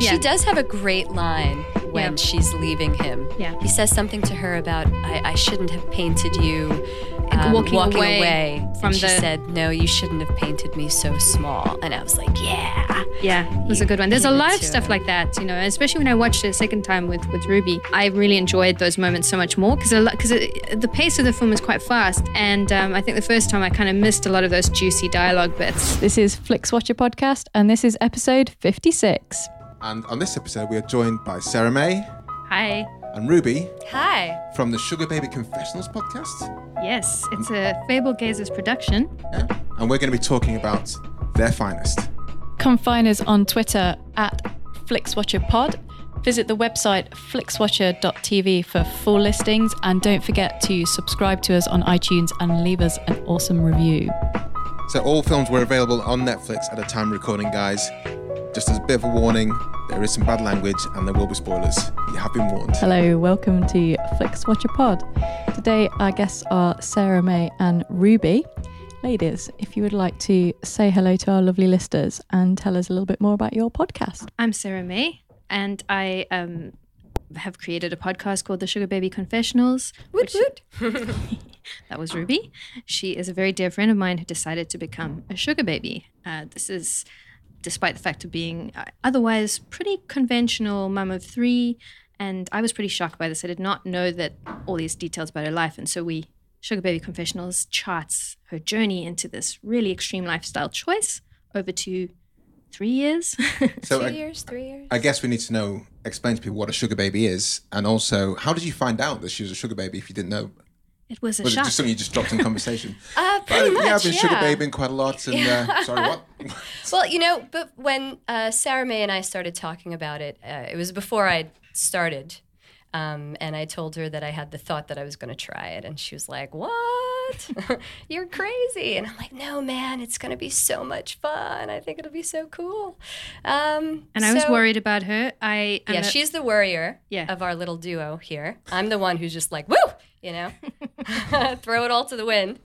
She does have a great line when Yeah. she's leaving him. Yeah. He says something to her about, I, I shouldn't have painted you um, Walking away from and she the- said, No, you shouldn't have painted me so small. And I was like, Yeah. Yeah, it was a good one. There's a Yeah, lot of too. stuff like that, you know, especially when I watched it a second time with, with Ruby. I really enjoyed those moments so much more because because the pace of the film is quite fast. And um, I think the first time I kind of missed a lot of those juicy dialogue bits. This is Flicks Watcher Podcast, and this is episode 56. And on this episode, we are joined by Sarah May Hi. and Ruby Hi. from the Sugar Baby Confessionals podcast. Yes, it's a Fable Gazers production. Yeah. And we're going to be talking about their finest. Come find us on Twitter at Flicks Watcher Pod. Visit the website flickswatcher.tv for full listings, and don't forget to subscribe to us on iTunes and leave us an awesome review. So, all films were available on Netflix at the time of recording, guys. Just as a bit of a warning, there is some bad language and there will be spoilers. You have been warned. Hello, welcome to Flicks Watcher Pod. Today, our guests are Sarah May and Ruby. Ladies, if you would like to say hello to our lovely listeners and tell us a little bit more about your podcast. I'm Sarah May, and I um, have created a podcast called The Sugar Baby Confessionals. Woot woot. that was Ruby. She is a very dear friend of mine who decided to become a sugar baby. Uh, this is despite the fact of being uh, otherwise pretty conventional mum of three. And I was pretty shocked by this. I did not know that all these details about her life. And so we, Sugar Baby Confessionals, charts her journey into this really extreme lifestyle choice over two, three years. So, I, I guess we need to know, explain to people what a sugar baby is, and also how did you find out that she was a sugar baby if you didn't know? It was a Was it shock. just something you just dropped in conversation? Uh, But pretty much. yeah, I've been yeah. sugar babying quite a lot, and uh, sorry, what? Well, you know, but when uh, Sarah May and I started talking about it, uh, it was before I started. Um, and I told her that I had the thought that I was going to try it. And she was like, What? You're crazy. And I'm like, No, man, it's going to be so much fun. I think it'll be so cool. Um, and I was so- worried about her. I am Yeah, a- she's the worrier Yeah. of our little duo here. I'm the one who's just like, Woo! You know, throw it all to the wind.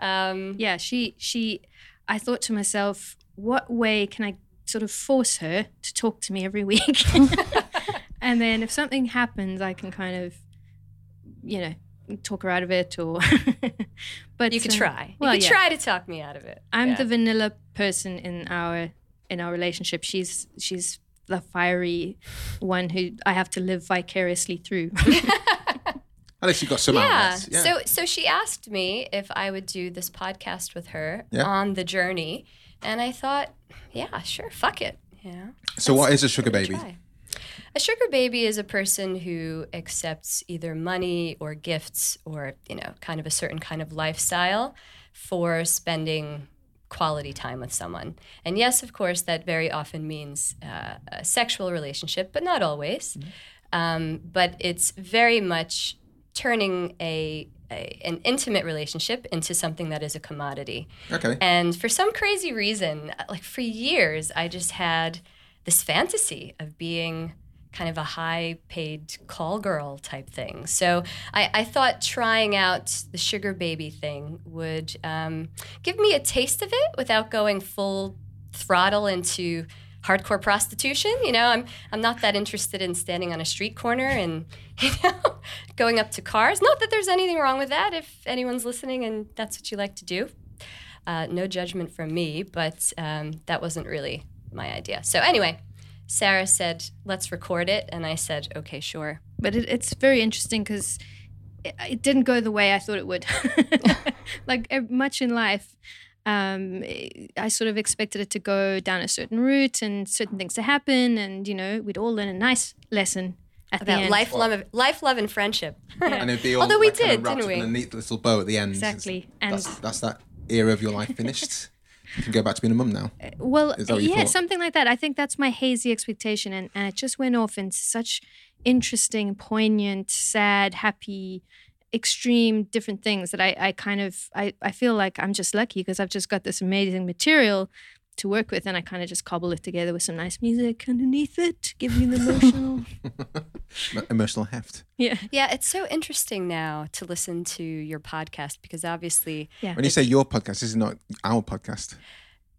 Um, yeah she she. I thought to myself, what way can I sort of force her to talk to me every week? and then if something happens, I can kind of, you know, talk her out of it or. but you could uh, try. Well, you could yeah. try to talk me out of it. I'm Yeah. the vanilla person in our in our relationship. She's she's the fiery one who I have to live vicariously through. At least you got some yeah. outlets. Yeah. So so she asked me if I would do this podcast with her Yeah. on the journey, and I thought, yeah, sure, fuck it. You know, So what is a sugar baby? try. A sugar baby is a person who accepts either money or gifts or you know kind of a certain kind of lifestyle for spending quality time with someone. And yes, of course, that very often means uh, a sexual relationship, but not always. Um, but it's very much turning a, a an intimate relationship into something that is a commodity. Okay. And for some crazy reason, like for years, I just had this fantasy of being kind of a high paid call girl type thing. So I, I thought trying out the sugar baby thing would um, give me a taste of it without going full throttle into hardcore prostitution. You know, I'm I'm not that interested in standing on a street corner and you know going up to cars. Not that there's anything wrong with that if anyone's listening and that's what you like to do. Uh, no judgment from me, but um, that wasn't really my idea. So anyway, Sarah said, "Let's record it," and I said, "Okay, sure." But it, it's very interesting because it, it didn't go the way I thought it would. like ev- much in life, um, I- I sort of expected it to go down a certain route and certain things to happen, and you know we'd all learn a nice lesson at the About end. life, love, life, love, and friendship. And it'd be all Although we like, kind of did, wrapped didn't up in a we? neat little bow at the end. Exactly. And That's, that's that era of your life finished. you can go back to being a mum now. Well, Is that what you yeah, thought? something like that. I think that's my hazy expectation, and, and it just went off into such interesting, poignant, sad, happy, extreme, different things that I, I kind of I, I feel like I'm just lucky because I've just got this amazing material to work with, and I kind of just cobble it together with some nice music underneath it, give you the emotional. Uh, Em- Emotional heft. yeah, Yeah, it's so interesting now to listen to your podcast because obviously, yeah. When you say your podcast, this is not our podcast.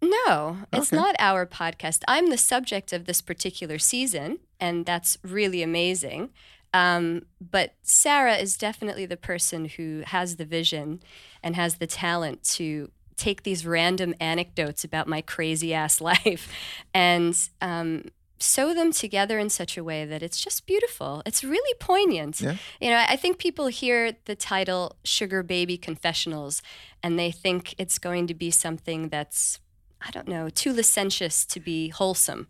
no, it's Okay. not our podcast. I'm the subject of this particular season, and that's really amazing. Um, but Sarah is definitely the person who has the vision and has the talent to take these random anecdotes about my crazy ass life and um, sew them together in such a way that it's just beautiful. It's really poignant. Yeah. You know, I I think people hear the title Sugar Baby Confessionals and they think it's going to be something that's, I don't know, too licentious to be wholesome.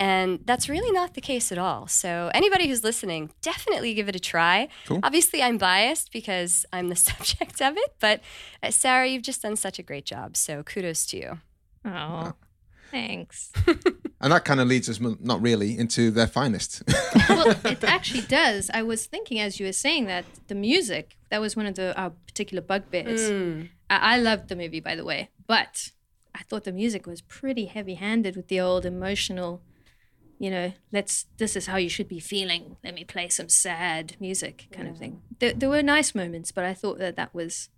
And that's really not the case at all. So, anybody who's listening, definitely give it a try. Cool. Obviously, I'm biased because I'm the subject of it, but uh, Sarah, you've just done such a great job. So, kudos to you. Oh, thanks. And that kind of leads us, m- not really, into their finest. well, it actually does. I was thinking as you were saying that the music that was one of the our particular bugbears. I, I loved the movie, by the way, but I thought the music was pretty heavy-handed with the old emotional, you know, let's this is how you should be feeling. Let me play some sad music, kind of thing. There, there were nice moments, but I thought that that was.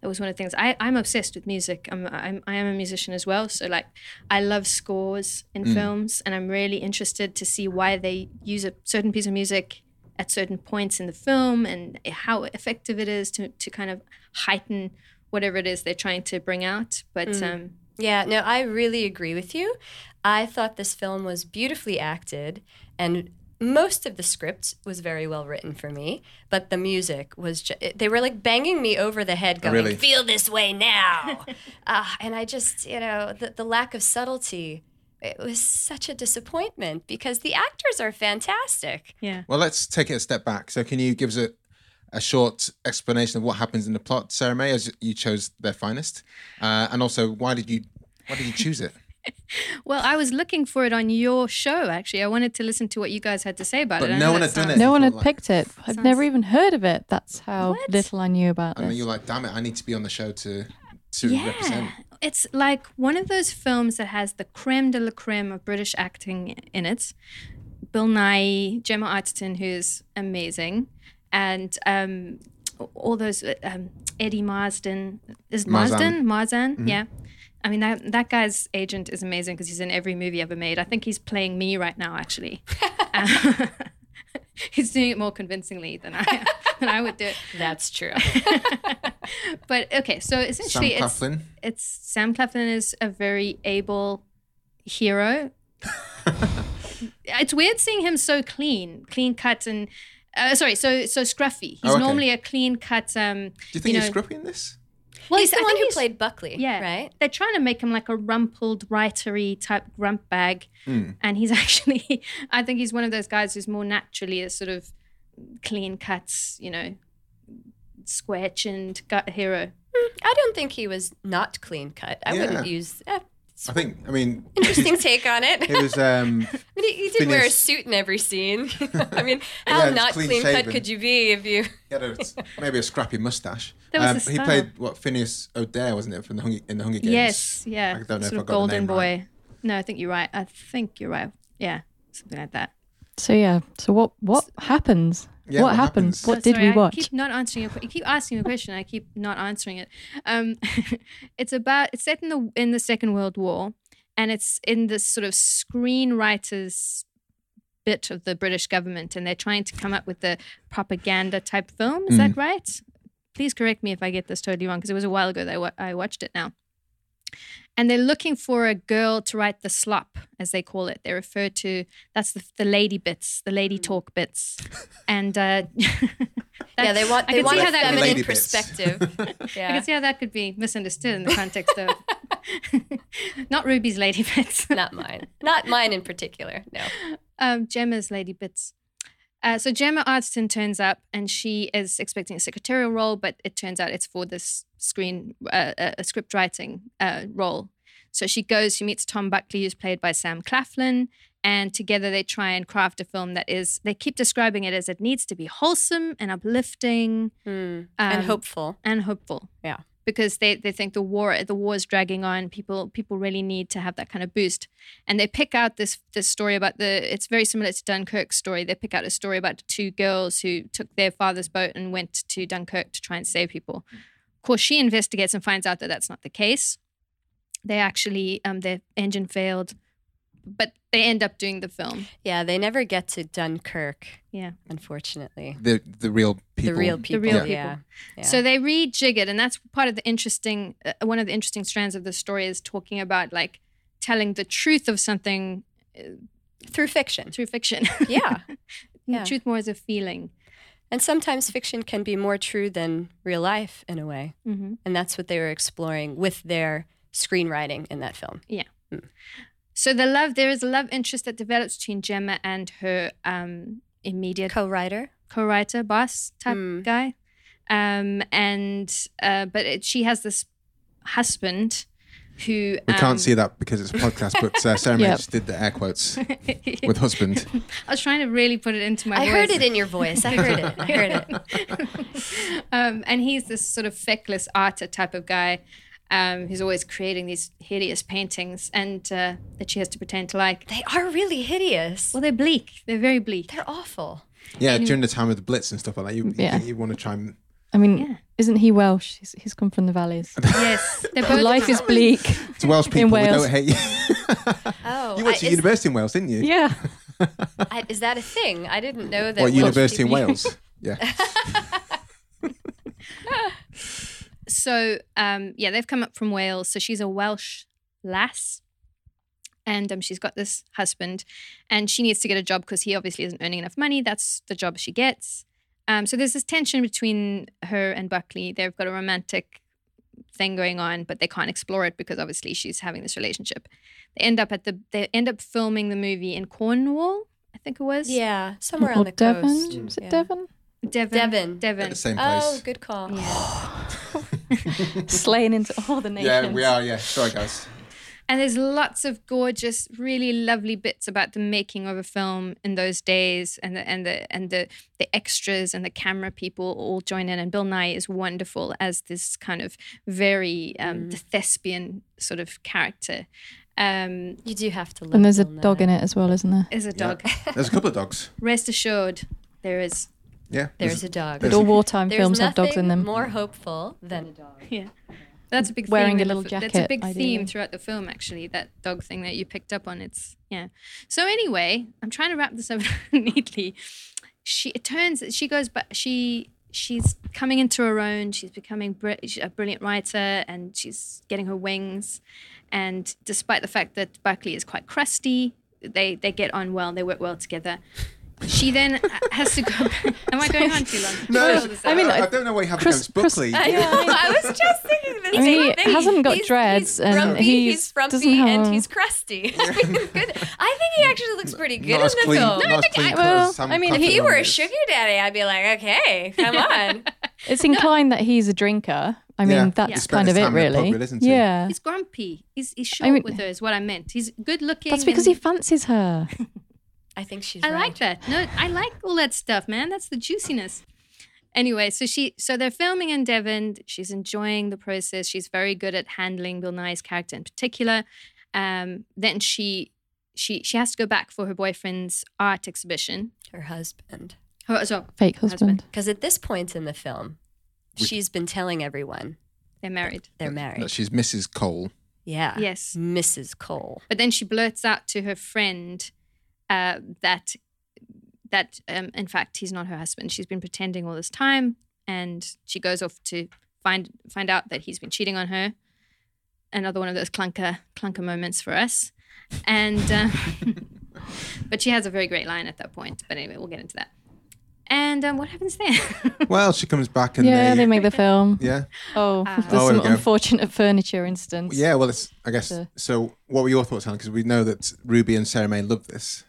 That was one of the things. I, I'm obsessed with music. I'm, I'm I am a musician as well. So like, I love scores in Mm. films, and I'm really interested to see why they use a certain piece of music at certain points in the film and how effective it is to, to kind of heighten whatever it is they're trying to bring out. But um, Yeah, no, I really agree with you. I thought this film was beautifully acted, and most of the script was very well written for me, but the music was ju- they were like banging me over the head, going, really? "Feel this way now," Ah, and I just, you know, the, the lack of subtlety. It was such a disappointment because the actors are fantastic. yeah. well, let's take it a step back. So, can you give us a, a short explanation of what happens in the plot, Sarah May, as you chose their finest? Uh, and also, why did you why did you choose it? Well, I was looking for it on your show, actually. I wanted to listen to what you guys had to say about But it. I no know one that had done sounds- it. No one had Like- picked it. I'd never even heard of it. That's how What? little I knew about And then this. you're like, damn it, I need to be on the show to to represent. It's like one of those films that has the creme de la creme of British acting in it. Bill Nye, Gemma Arterton, who's amazing, and um, all those uh, um, Eddie Marsden is Marsden Marzan. Marzan, yeah. I mean that that guy's agent is amazing because he's in every movie ever made. I think he's playing me right now, actually. Um, he's doing it more convincingly than I than I would do it. That's true. But okay, so Sam essentially it's Claflin. it's Sam Claflin is a very able hero. it's weird seeing him so clean, clean cut, and uh, sorry, so so scruffy. He's Oh, okay. normally a clean cut. Um, Do you think you he's know, scruffy in this? well, he's I the one think who he's- played Buckley, Yeah, right? They're trying to make him like a rumpled, writery type grump bag, Hmm. and he's actually, I think he's one of those guys who's more naturally a sort of clean cut, you know, square chinned gut hero. I don't think he was not clean cut. I wouldn't use. eh, I think. I mean, interesting take on it. it was. Um, I mean, he, he did wear a Phineas. suit in every scene. I mean, Yeah, how it's not clean clean cut shaven. could you be if you? he had a, maybe a scrappy mustache. Um, That was the he style. played what Phineas O'Dare, wasn't it, from the Hunger, in the Hunger Games? Yes, yeah. I don't know sort if I of got golden the name boy. right. No, I think you're right. I think you're right. Yeah, something like that. so yeah. So what what happens? Yeah, what, what happened? happens? What So did sorry, we watch? I keep not answering your. que- You keep asking a question. I keep not answering it. Um, it's about. It's set in the in the Second World War, and it's in this sort of screenwriters bit of the British government, and they're trying to come up with the propaganda type film. Is Mm. that right? Please correct me if I get this totally wrong, because it was a while ago that I, wa- I watched it now. and they're looking for a girl to write the slop, as they call it. They refer to that's the, the lady bits, the lady talk bits, and uh, yeah, they want I they can want see a how that Lady feminine bits. perspective. yeah. I can see how that could be misunderstood in the context of not Ruby's lady bits, Not mine. Not mine in particular. No. um, Gemma's lady bits. Uh, so Gemma Ardston turns up, and she is expecting a secretarial role, but it turns out it's for this screen, uh, uh, a script writing uh, role. So she goes, she meets Tom Buckley, who's played by Sam Claflin, and together they try and craft a film that is. They keep describing it as it needs to be wholesome and uplifting and um, hopeful. and hopeful. Yeah. Because they, they think the war the war is dragging on. People people really need to have that kind of boost, and they pick out this this story about the. It's very similar to Dunkirk's story. They pick out a story about two girls who took their father's boat and went to Dunkirk to try and save people. Of course, she investigates and finds out that that's not the case. They actually um, their engine failed, but they end up doing the film. Yeah, they never get to Dunkirk, Yeah. unfortunately. The the real people. The real people. real people. yeah. yeah. So they rejig it, and that's part of the interesting. Uh, one of the interesting strands of the story is talking about like telling the truth of something through fiction. through fiction. Yeah. Yeah. truth more as a feeling. And sometimes fiction can be more true than real life in a way. Mm-hmm. And that's what they were exploring with their screenwriting in that film. So the love there is a love interest that develops between Gemma and her um, immediate Co writer. co-writer boss type Mm. guy, um, and uh, but it, she has this husband who We um, can't see that because it's a podcast, but uh, Sarah May Yep. just did the air quotes with husband. I was trying to really put it into my. I heard words. it in your voice. I heard it. I heard it. um, and he's this sort of feckless artist type of guy um, who's always creating these hideous paintings and uh, that she has to pretend to like. They are really hideous. Well, they're bleak. They're very bleak. They're awful. Yeah, during the time of the Blitz and stuff like that, you, Yeah. you, want to try and. I mean, Yeah. isn't he Welsh? He's, he's come from the valleys. yes, they're both. Life is bleak. It's Welsh people, we Wales. don't hate you. Oh, you went I- to is, university in Wales, didn't you? yeah. I- is that a thing? I didn't know that. Or Welsh university in people- Wales. Yeah. So um, yeah, they've come up from Wales. So she's a Welsh lass, and um, she's got this husband, and she needs to get a job because he obviously isn't earning enough money. That's the job she gets. Um, so there's this tension between her and Buckley. They've got a romantic thing going on, but they can't explore it because obviously she's having this relationship. They end up at the they end up filming the movie in Cornwall, I think it was. Yeah, somewhere or on the Devon. coast. Is it Yeah. Devon? Devon. Devon. At the Devon. same place. Oh, good call. Slain into all the nations. yeah, we are. Yeah. Sorry, guys. And there's lots of gorgeous, really lovely bits about the making of a film in those days, and the and the and the the extras and the camera people all join in. And Bill Nye is wonderful as this kind of very um, the thespian sort of character. Um, You do have to. Love And there's a Bill dog Nye. in it as well, isn't there? is a Yeah. dog. There's a couple of dogs. Rest assured, there is. Yeah. There's a dog. But all wartime There's films have dogs nothing in them. More hopeful than a dog. Yeah. That's a big Wearing theme a in the little fi- That's a jacket, big ideally. theme throughout the film, actually. That dog thing that you picked up on. It's yeah. So anyway, I'm trying to wrap this up neatly. She it turns she goes but she she's coming into her own. She's becoming bri- a brilliant writer, and she's getting her wings. And despite the fact that Buckley is quite crusty, they they get on well. They work well together. She then uh, has to go. Am I going on too long? No, I I mean, mean, I, I- don't know what you have Chris- against Buckley. I know. I was just thinking this. I mean, he same thing. hasn't got He's- dreads he's and grumpy, he's- he's frumpy doesn't and have- he's crusty. I mean, good. I think he actually looks pretty good not as in the clean. film. Not as clean cut well, as Sam I mean, if if Claflin he were a is. sugar daddy, I'd be like, okay, come on. It's inclined that he's a drinker. I mean, Yeah. He that's spent kind his of it, time in a really. pub, really, isn't he? Yeah. He's grumpy. He's, he's short I mean- with her, is what I meant. He's good looking. That's because he and- fancies her. I think she's. I right. like that. No, I like all that stuff, man. That's the juiciness. Anyway, so she, so they're filming in Devon. She's enjoying the process. She's very good at handling Bill Nye's character in particular. Um, then she, she, she has to go back for her boyfriend's art exhibition. her husband. Her, so Fake Husband. husband. Because at this point in the film, she's been telling everyone they're married. they're No, married. she's Mrs. Cole. Yeah. Yes. Mrs. Cole. But then she blurts out to her friend uh, that that um, in fact he's not her husband. She's been pretending all this time, and she goes off to find find out that he's been cheating on her. another one of those clunker clunker moments for us. And um, but she has a very great line at that point. But anyway, we'll get into that. And um, what happens then? Well, she comes back and yeah, they, they make the film. yeah, Oh, there's Oh, there some we go. unfortunate furniture instance. yeah. Well, it's I guess. So, what were your thoughts, Helen? Because we know that Ruby and Sarah May love this.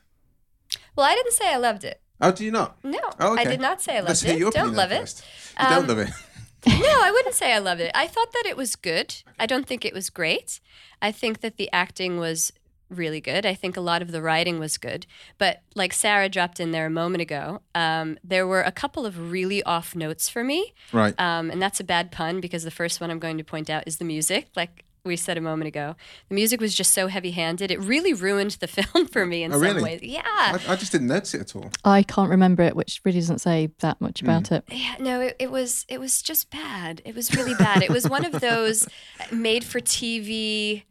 Well, I didn't say I loved it. Oh, do you not? No, Oh, I okay. did not say I loved Let's it. hear your Don't opinion love then it. first. You don't Um, love it. no, I wouldn't say I loved it. I thought that it was good. I don't think it was great. I think that the acting was really good. I think a lot of the writing was good. But like Sarah dropped in there a moment ago, um, there were a couple of really off notes for me. Right. Um, and that's a bad pun because the first one I'm going to point out is the music. Like we said a moment ago, the music was just so heavy handed. It really ruined the film for me in Oh, some really? ways. Yeah. I, I just didn't notice it at all. I can't remember it, which really doesn't say that much about Mm. it. Yeah, no, it, it was it was just bad. It was really bad. It was one of those uh, made for TV,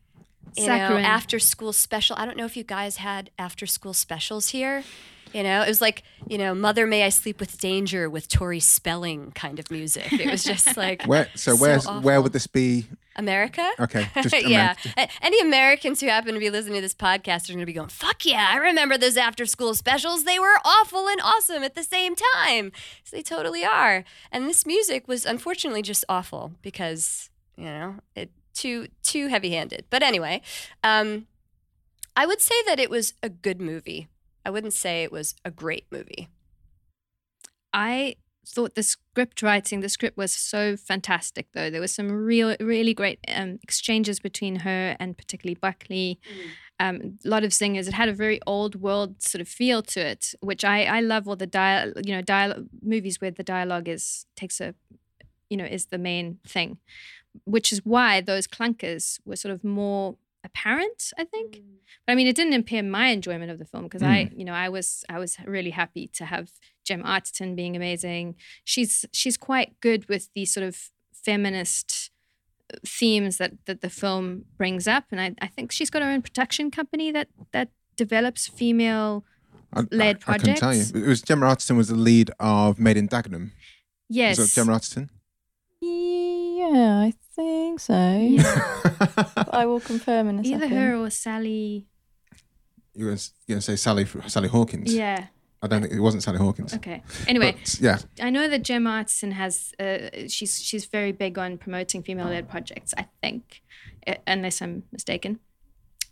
you know, Saccharine. after school special. I don't know if you guys had after school specials here. You know, it was like you know, "Mother, May I Sleep with Danger" with Tori Spelling kind of music. It was just like Where? So, So where's where awful. would this be? America. Okay, just yeah. A- Any Americans who happen to be listening to this podcast are going to be going, fuck yeah, I remember those after school specials. They were awful and awesome at the same time. So they totally are. And this music was unfortunately just awful because, you know, it too too heavy handed. But anyway, um, I would say that it was a good movie. I wouldn't say it was a great movie. I thought the script writing, the script was so fantastic, though. There was some real, really great um, exchanges between her and particularly Buckley. Um, a lot of singers. It had a very old world sort of feel to it, which I I love. All the dial, you know, dial movies where the dialogue is takes a, you know, is the main thing, which is why those clunkers were sort of more apparent. I think. But I mean, it didn't impair my enjoyment of the film because I, you know, I was I was really happy to have Jem Arterton being amazing. She's she's quite good with the sort of feminist uh, themes that that the film brings up, and I, I think she's got her own production company that that develops female. I, Lead I, I couldn't tell you. projects. It was Gemma Arterton was the lead of Made in Dagenham. Yes, Is that Gemma Arterton? Yeah, I think so. I will confirm in a either second. her or Sally. you were going to say Sally Sally Hawkins. Yeah. I don't think it wasn't Sally Hawkins. Okay. Anyway, But, yeah. I know that Gemma Artisan has uh, she's she's very big on promoting female led projects. I think, uh, unless I'm mistaken.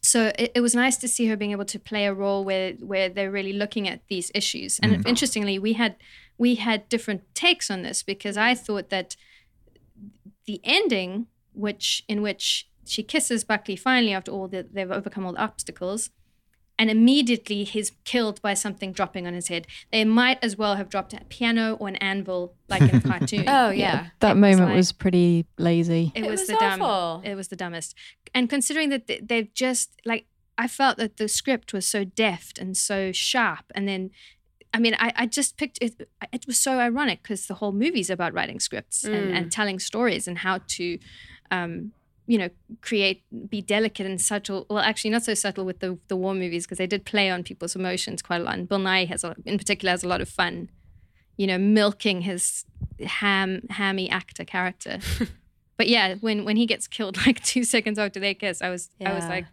So it, it was nice to see her being able to play a role where where they're really looking at these issues. And Mm-hmm. interestingly, we had we had different takes on this because I thought that the ending, which in which she kisses Buckley finally after all that they've overcome all the obstacles, and immediately he's killed by something dropping on his head. They might as well have dropped a piano or an anvil like in a cartoon. Oh, yeah. that was moment like- was pretty lazy. It, It was, was the dumb. awful. It was the dumbest. And considering that th- they've just like, I felt that the script was so deft and so sharp, and then, I mean, I, I just picked it. It was so ironic because the whole movie's about writing scripts and, Mm. and telling stories and how to, um, you know, create, be delicate and subtle. Well, actually, not so subtle with the the war movies because they did play on people's emotions quite a lot. And Bill Nye has, a, in particular, has a lot of fun, you know, milking his ham hammy actor character. But yeah, when when he gets killed like two seconds after they kiss, I was I was Yeah. like,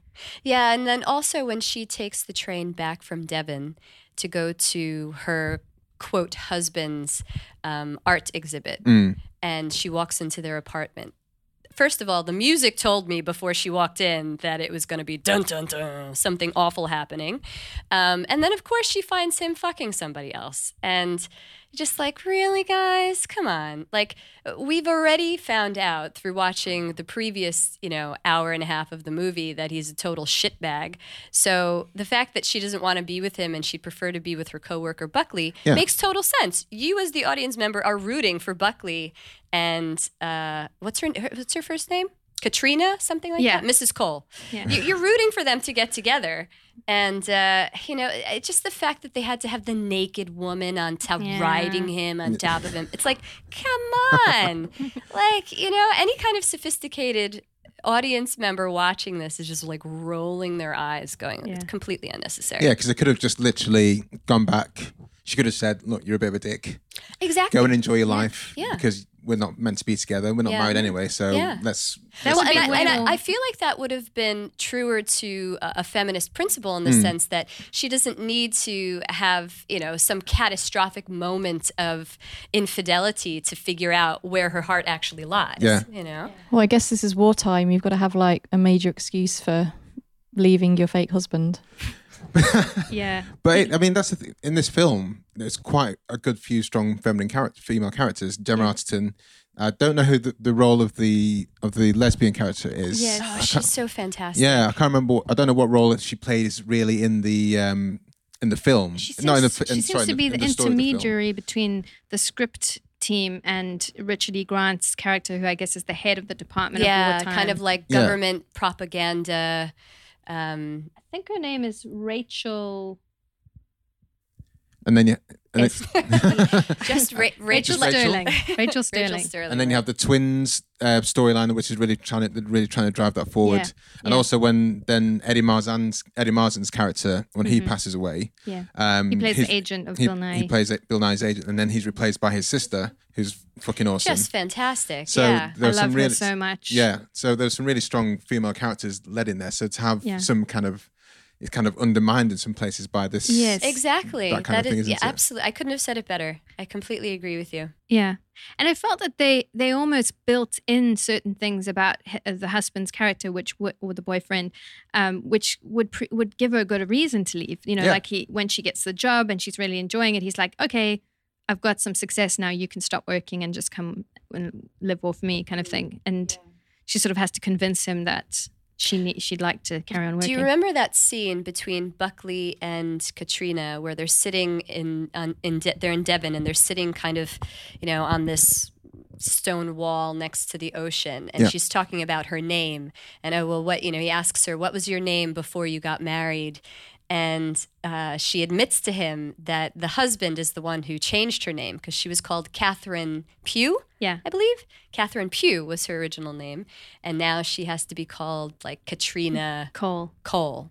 Yeah, and then also when she takes the train back from Devon to go to her quote husband's um, art exhibit, Mm. and she walks into their apartment. First of all, the music told me before she walked in that it was going to be dun dun dun, something awful happening. Um, and then, of course, she finds him fucking somebody else. And just like, really, guys? Come on. Like, we've already found out through watching the previous, you know, hour and a half of the movie that he's a total shitbag. So the fact that she doesn't want to be with him and she'd prefer to be with her coworker, Buckley, Yeah. makes total sense. You, as the audience member, are rooting for Buckley and uh, what's her, her what's her first name? Katrina, something like Yeah. that. Mrs. Cole. Yeah. You, you're rooting for them to get together. And, uh, you know, it, just the fact that they had to have the naked woman on top Yeah. riding him on top of him. It's like, come on. like, you know, any kind of sophisticated audience member watching this is just like rolling their eyes, going, Yeah. it's completely unnecessary. Yeah, because they could have just literally gone back. She could have said, "Look, you're a bit of a dick. Exactly. Go and enjoy your life." Yeah. Because we're not meant to be together. We're not Yeah. married anyway, so Yeah. let's. That Well, would be and, I, and well- I, I feel like that would have been truer to a, a feminist principle in the Hmm. sense that she doesn't need to have you know some catastrophic moment of infidelity to figure out where her heart actually lies. Yeah. You know. Well, I guess this is wartime. You've got to have like a major excuse for leaving your fake husband. Yeah. But it, I mean, that's the th- in this film. There's quite a good few strong feminine character, female characters. Gemma Mm. Arterton. I don't know who the, the role of the of the lesbian character is. Yes. Oh, I can't- she's so fantastic. yeah, I can't remember. What, I don't know what role she plays really in the um in the film. She seems, Not in the, she in- seems sorry, in to be in the, story of the film. intermediary between the script team and Richard E. Grant's character, who I guess is the head of the department. of Yeah, wartime. kind of like Yeah. government propaganda. Um, I think her name is Rachel. And then you. And then, just Ra- Rachel, Just Sterling. Rachel? Rachel Sterling. Rachel Sterling. and then you have the twins uh, storyline, which is really trying to really trying to drive that forward. Yeah, And yeah. also when then Eddie Marzan's Eddie Marzan's character when Mm-hmm. he passes away, Yeah. um, He plays his- the agent of he, Bill Nye. He plays it- Bill Nye's agent, and then he's replaced by his sister, who's fucking awesome. just fantastic. so yeah. I there are some love her really, so much. Yeah, so there's some really strong female characters led in there. So to have Yeah. some kind of it's kind of undermined in some places by this. Yes. Exactly. That kind of That is thing, isn't yeah, it? absolutely. I couldn't have said it better. I completely agree with you. Yeah. And I felt that they they almost built in certain things about h- uh, the husband's character, which would, or the boyfriend, um, which would pre- would give her good a reason to leave. You know, Yeah. like he when she gets the job and she's really enjoying it, he's like, okay, I've got some success now. You can stop working and just come and live off me, kind of thing. And she sort of has to convince him that she need, she'd like to carry on working. Do you remember that scene between Buckley and Katrina where they're sitting in on, in De- they're in Devon and they're sitting kind of, you know, on this stone wall next to the ocean and Yeah. she's talking about her name and oh well what you know he asks her what was your name before you got married and uh, she admits to him that the husband is the one who changed her name because she was called Catherine Pugh Yeah. I believe Catherine Pugh was her original name, and now she has to be called like Katrina Cole. Cole.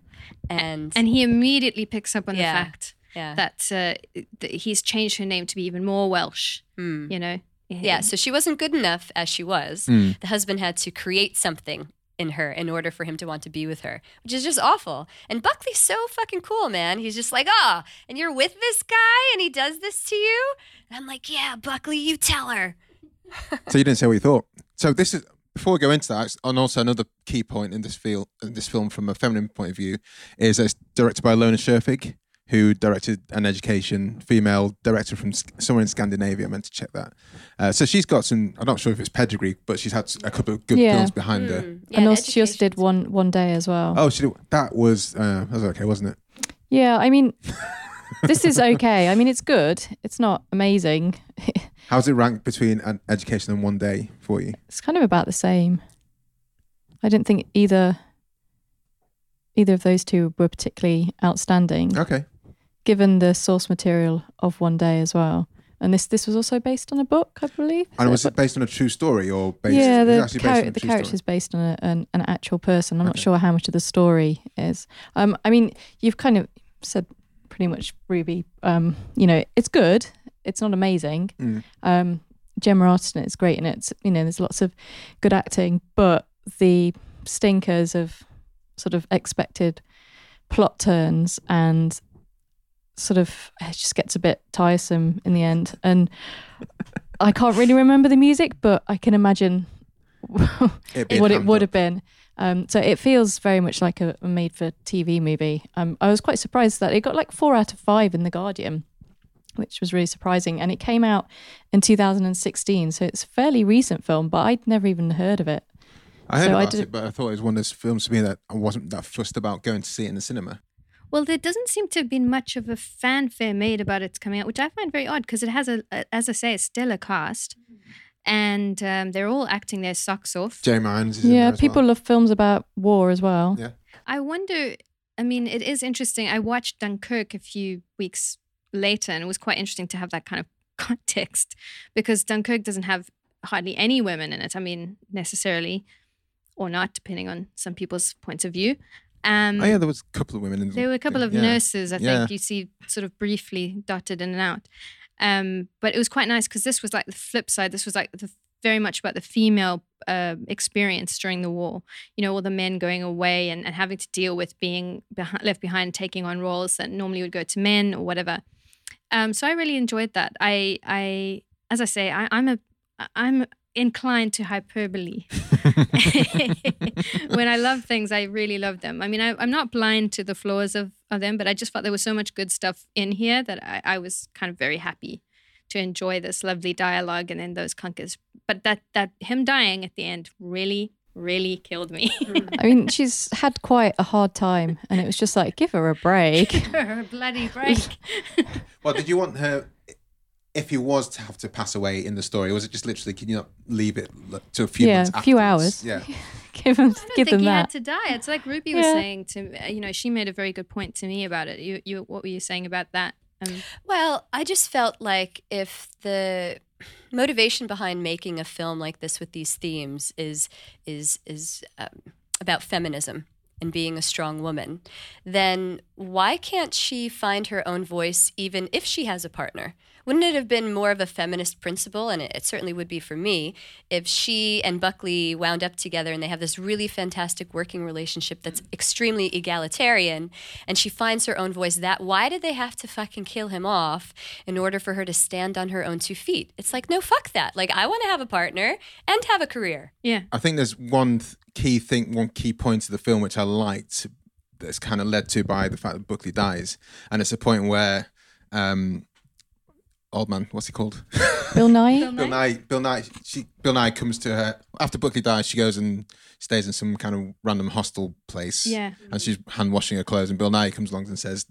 And, And he immediately picks up on Yeah. the fact yeah, that, uh, that he's changed her name to be even more Welsh. Hmm. You know. yeah. So she wasn't good enough as she was. Mm. Hmm. The husband had to create something in her in order for him to want to be with her, which is just awful. And Buckley's so fucking cool, man. He's just like, oh, and you're with this guy, and he does this to you. And I'm like, yeah, Buckley, you tell her. So you didn't say what you thought. So this is before we go into that, and also another key point in this field, in this film from a feminine point of view, is that it's directed by Lona Scherfig, who directed an education female director from S- somewhere in Scandinavia. I meant to check that. Uh, so she's got some. I'm not sure if it's pedigree, but she's had a couple of good Yeah. films behind her. Yeah, and and also, she also did education's- one one day as well. Oh, she did, that was uh, that was okay, wasn't it? Yeah, I mean, this is okay. I mean, it's good. It's not amazing. How's it ranked between an education and one day for you? It's kind of about the same. I didn't think either either of those two were particularly outstanding, Okay. given the source material of One Day as well. And this this was also based on a book, I believe. Is And it was a it based on a true story or based? yeah, is it the, actually based char- on a the true character story? is based on a, an, an actual person. I'm not sure how much of the story is. Um, I mean, you've kind of said pretty much, Ruby. Um, you know, it's good. It's not amazing. Mm. Um, Gemma Arterton is great in it. It's- You know, there's lots of good acting, but the stinkers of sort of expected plot turns and sort of it just gets a bit tiresome in the end. And I can't really remember the music, but I can imagine It'd be what it hammed would up. have been. Um, so it feels very much like a, a made-for-TV movie. Um, I was quite surprised that it got like four out of five in the Guardian, which was really surprising. And it came out in 2016, so it's a fairly recent film, but I'd never even heard of it. I heard So I about did- it, but I thought it was one of those films to me that I wasn't that fussed about going to see it in the cinema. Well, there doesn't seem to have been much of a fanfare made about its coming out, which I find very odd because it has a, a- as I say, a stellar cast, and um, they're all acting their socks off. Jay Mines is in yeah, there as people well. love films about war as well. Yeah. I wonder. I mean, it is interesting. I watched Dunkirk a few weeks later, and it was quite interesting to have that kind of context because Dunkirk doesn't have hardly any women in it. I mean, necessarily, or not, depending on some people's points of view. Um, Oh yeah, there was a couple of women. In the There were a couple of yeah. nurses, I think Yeah. you see sort of briefly dotted in and out. Um, but it was quite nice because this was like the flip side. This was like the very much about the female uh, experience during the war. You know, all the men going away and, and having to deal with being behi- left behind, taking on roles that normally would go to men or whatever. Um, so I really enjoyed that. I, I, as I say, I, I'm a, I'm inclined to hyperbole. when I love things, I really love them. I mean, I, I'm not blind to the flaws of, of them, but I just felt there was so much good stuff in here that I, I was kind of very happy to enjoy this lovely dialogue and then those clunkers. But that that him dying at the end really, really killed me. I mean, she's had quite a hard time, and it was just like, give her a break. Bloody break. Well, did you want her, if he was to have to pass away in the story, was it just literally, can you not leave it l- to a few Yeah, months a few hours. afterwards? Yeah. give them, I don't give think them he had that. to die. It's like Ruby was Yeah. saying to me, you know, she made a very good point to me about it. You, you what were you saying about that? Um, Well, I just felt like if the motivation behind making a film like this with these themes is is is um, about feminism and being a strong woman, then why can't she find her own voice even if she has a partner? Wouldn't it have been more of a feminist principle, and it, it certainly would be for me, if she and Buckley wound up together and they have this really fantastic working relationship that's Mm. extremely egalitarian, and she finds her own voice that why did they have to fucking kill him off in order for her to stand on her own two feet? It's like, no, fuck that. Like, I want to have a partner and have a career. yeah. I think there's one th- key thing, one key point of the film which I liked that's kind of led to by the fact that Buckley dies. And it's a point where um old man, what's he called? Bill Nye. Bill Nye Bill Nye she Bill Nye comes to her after Buckley dies, she goes and stays in some kind of random hostel place. Yeah. And she's hand washing her clothes and Bill Nye comes along and says,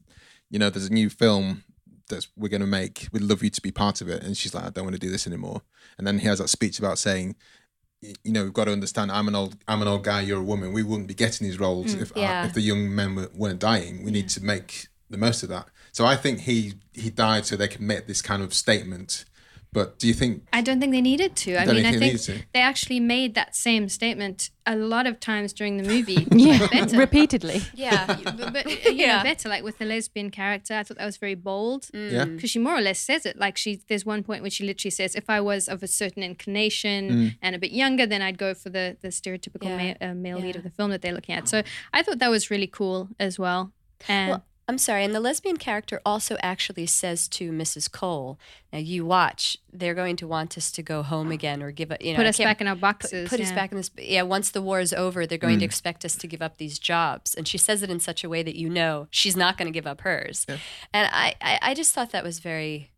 You know, there's a new film that we're gonna make. We'd love you to be part of it. And she's like, I don't want to do this anymore. And then he has that speech about saying y- you know, we've got to understand. I'm an old, I'm an old guy. You're a woman. We wouldn't be getting these roles Mm, if yeah. our, if the young men were, weren't dying. We need to make the most of that. So I think he he died so they could make this kind of statement. But do you think I don't think they needed to. I Don't mean, think I they think needed to. they actually made that same statement a lot of times during the movie. Yeah, Better. repeatedly. Yeah, but, but you Yeah. Mm. know, better like with the lesbian character. I thought that was very bold because Yeah. she more or less says it. Like she, there's one point where she literally says, "If I was of a certain inclination Mm. and a bit younger, then I'd go for the the stereotypical Yeah. ma- uh, male lead Yeah. of the film that they're looking at." So I thought that was really cool as well. And Well, I'm sorry, and the lesbian character also actually says to Mrs. Cole, "Now you watch. They're going to want us to go home again, or give up. You know, Oh. put I us can't- back in our boxes. Put, put us yeah. back in this. Yeah, once the war is over, they're Mm. going to expect us to give up these jobs. And she says it in such a way that you know she's not going to give up hers. And I, I, I just thought that was very,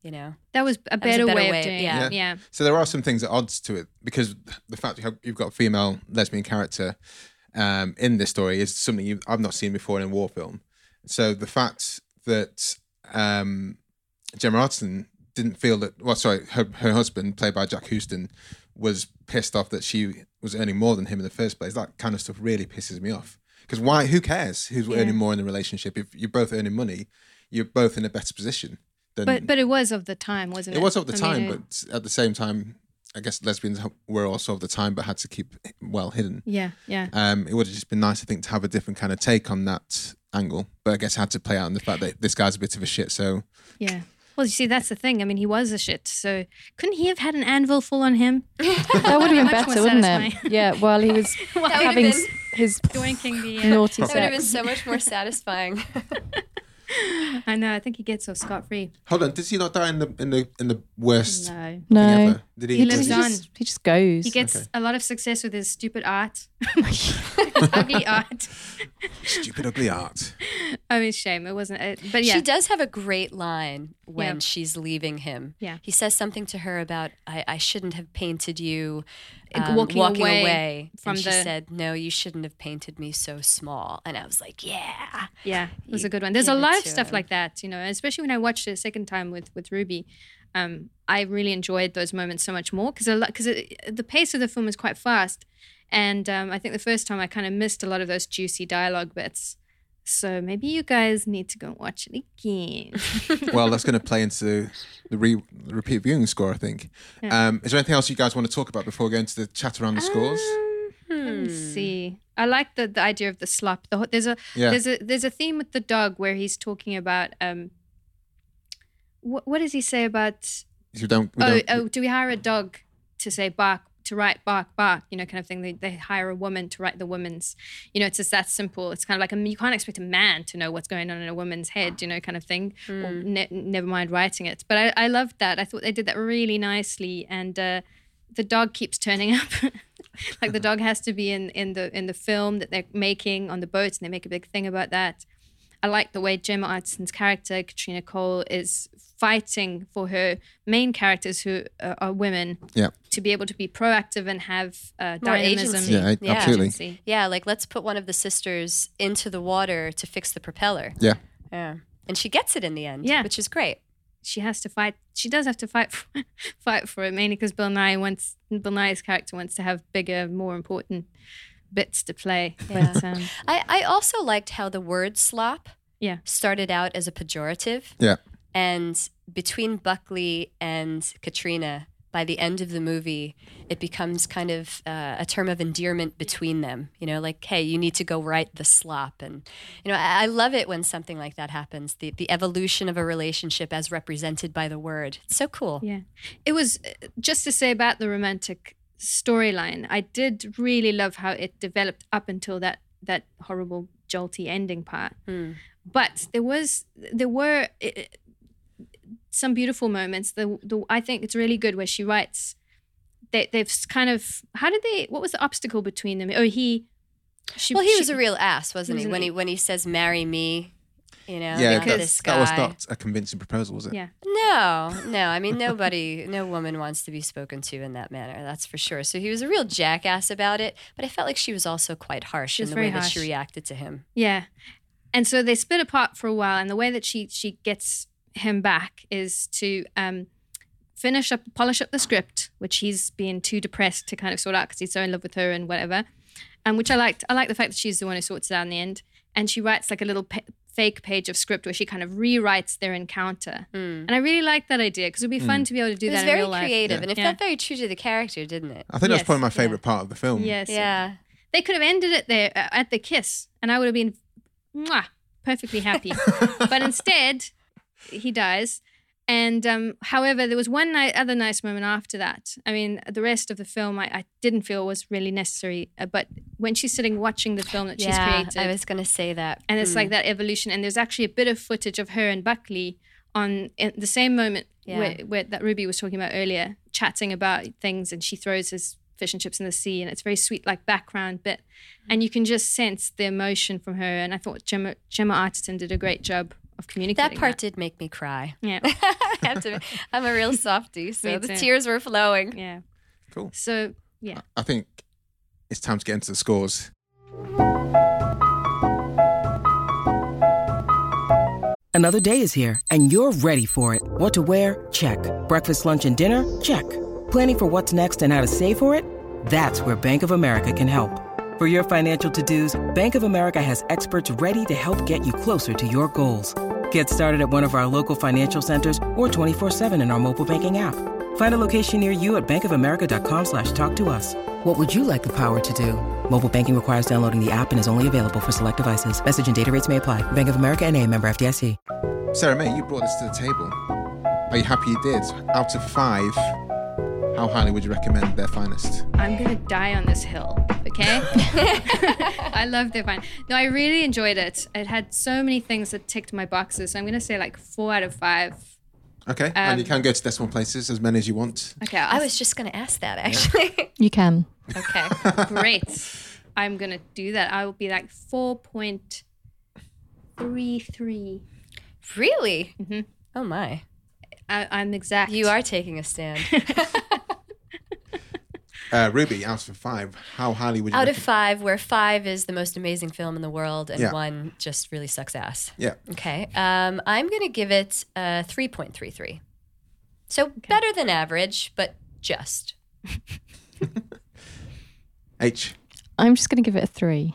you know, That was a was a better, better way, way, of doing yeah. it. Yeah. So there are some things at odds to it because the fact you have, you've got a female lesbian character um, in this story is something you, I've not seen before in a war film. So the fact that um, Gemma Arterton didn't feel that, well, sorry, her, her husband, played by Jack Houston, was pissed off that she was earning more than him in the first place. That kind of stuff really pisses me off. Because why? Who cares who's earning more in the relationship? If you're both earning money, you're both in a better position. Than, But but it was of the time, wasn't it? it was of the I time, mean, it- but at the same time, I guess lesbians were also of the time, but had to keep it well hidden. yeah, yeah. Um, it would have just been nice, I think, to have a different kind of take on that angle. But I guess it had to play out in the fact that this guy's a bit of a shit. So Yeah. Well, you see, that's the thing. I mean, he was a shit. So couldn't he have had an anvil fall on him? That would have been Much more better, wouldn't it? satisfying. Yeah, while he was That would've having been- s- his Doinking the. Uh, naughty that would have been sex. so much more satisfying. I know. I think he gets off scot free. hold on, did he not die in the in the in the worst No. thing No, ever? Did He he lives did on. just, he just goes. He gets Okay. a lot of success with his stupid art, ugly art. stupid ugly art? I mean, shame it wasn't. It, but yeah, She does have a great line when Yeah. she's leaving him. Yeah. He says something to her about, I, I shouldn't have painted you Like um, walking walking, away away. from and she the- said, No, you shouldn't have painted me so small. And I was like, Yeah. yeah, it was You a good one. There's a give it lot of to stuff him. like that, you know. Especially when I watched it a second time with with Ruby, um, I really enjoyed those moments so much more because a lot because the pace of the film is quite fast, and um, I think the first time I kind of missed a lot of those juicy dialogue bits. So maybe you guys need to go and watch it again. well, that's going to play into the re- the repeat viewing score, I think. Um, is there anything else you guys want to talk about before we go into the chat around the scores? Um, Let me see. I like the, the idea of the slop. The, ho- there's a Yeah. there's a there's a theme with the dog where he's talking about um. What, what does he say about? You don't. we Oh, don't- oh, do we hire a dog to say bark to write bark bark you know kind of thing they, they hire a woman to write the woman's you know it's just that simple it's kind of like a, you can't expect a man to know what's going on in a woman's head you know kind of thing or ne- never mind writing it but I, I loved that i thought they did that really nicely and uh, the dog keeps turning up like the dog has to be in in the in the film that they're making on the boat and they make a big thing about that I like the way Gemma Artison's character, Katrina Cole, is fighting for her main characters who uh, are women Yeah. to be able to be proactive and have uh, More dynamism. agency. Yeah, Yeah. absolutely. Agency. Yeah, like let's put one of the sisters into the water to fix the propeller. Yeah. Yeah. And she gets it in the end, Yeah. which is great. She has to fight. She does have to fight for, fight for it, mainly because Bill Nye wants Bill Nye's character wants to have bigger, more important bits to play. Yeah. But, um, I, I also liked how the word slop Yeah. started out as a pejorative. Yeah. And between Buckley and Katrina, by the end of the movie, it becomes kind of uh, a term of endearment between them. You know, like, hey, you need to go right the slop. And, you know, I, I love it when something like that happens the, the evolution of a relationship as represented by the word. It's so cool. Yeah. It was uh, just to say about the romantic storyline. I did really love how it developed up until that that horrible jolty ending part. Hmm. But there was there were uh, some beautiful moments. The, the I think it's really good where she writes they, they've s- kind of how did they what was the obstacle between them? Oh, he she, Well, he she- was a real ass, wasn't he he? was When an- he when he says "marry me," you know, yeah, not that, this guy. that was not a convincing proposal, was it? Yeah. No, no. I mean, nobody, no woman wants to be spoken to in that manner. That's for sure. So he was a real jackass about it, but I felt like she was also quite harsh She was in the very way that she harsh. reacted to him. Yeah. And so they split apart for a while and the way that she she gets him back is to um finish up polish up the script which he's being too depressed to kind of sort out because he's so in love with her and whatever and which I liked I like the fact that she's the one who sorts it out in the end and she writes like a little pa- fake page of script where she kind of rewrites their encounter and I really like that idea because it'd be fun to be able to do Mm. it that was in very real life creative, and it Yeah. felt very true to the character, didn't it? I think that's Yes, probably my yeah. favorite part of the film. yes Yeah. they could have ended it there uh, at the kiss, and I would have been mwah, perfectly happy. but instead, he dies. And um, however, there was one ni- other nice moment after that. I mean, the rest of the film I, I didn't feel was really necessary. Uh, but when she's sitting watching the film that Yeah, she's created, I was gonna say that. and it's Mm. like that evolution. And there's actually a bit of footage of her and Buckley on in the same moment Yeah. where, where that Ruby was talking about earlier, chatting about things, and she throws his fish and chips in the sea, and it's very sweet, like background bit, and you can just sense the emotion from her. And I thought Gemma Gemma Arterton did a great job of communicating that part did make me cry. Yeah, I have to, I'm a real softie, so Me the too. tears were flowing. yeah. Cool. So yeah, I think it's time to get into the scores. Another day is here, and you're ready for it. What to wear? Check. Breakfast, lunch, and dinner? Check. Planning for what's next and how to save for it? That's where Bank of America can help. For your financial to dos, Bank of America has experts ready to help get you closer to your goals. Get started at one of our local financial centers or 24-7 in our mobile banking app. Find a location near you at bankofamerica.com slash talk to us. What would you like the power to do? Mobile banking requires downloading the app and is only available for select devices. Message and data rates may apply. Bank of America and a member FDIC. Sarah May, you brought this to the table. Are you happy you did? Out of five, how highly would you recommend their finest? I'm gonna die on this hill. Okay. I love the vine. No, I really enjoyed it. It had so many things that ticked my boxes. So I'm gonna say like four out of five. Okay. and you can go to decimal places, as many as you want. Okay, I'll I was just gonna ask that actually. You can. okay. great. I'm gonna do that. I will be like four point three three. Really? Oh my. I'm exact. You are taking a stand. Uh, Ruby, out of five, how highly would you out of recommend? five, where five is the most amazing film in the world and Yeah. one just really sucks ass. Yeah. Okay. Um, I'm going to give it uh, 3.33. So better than average, but just. H. I'm just going to give it a three.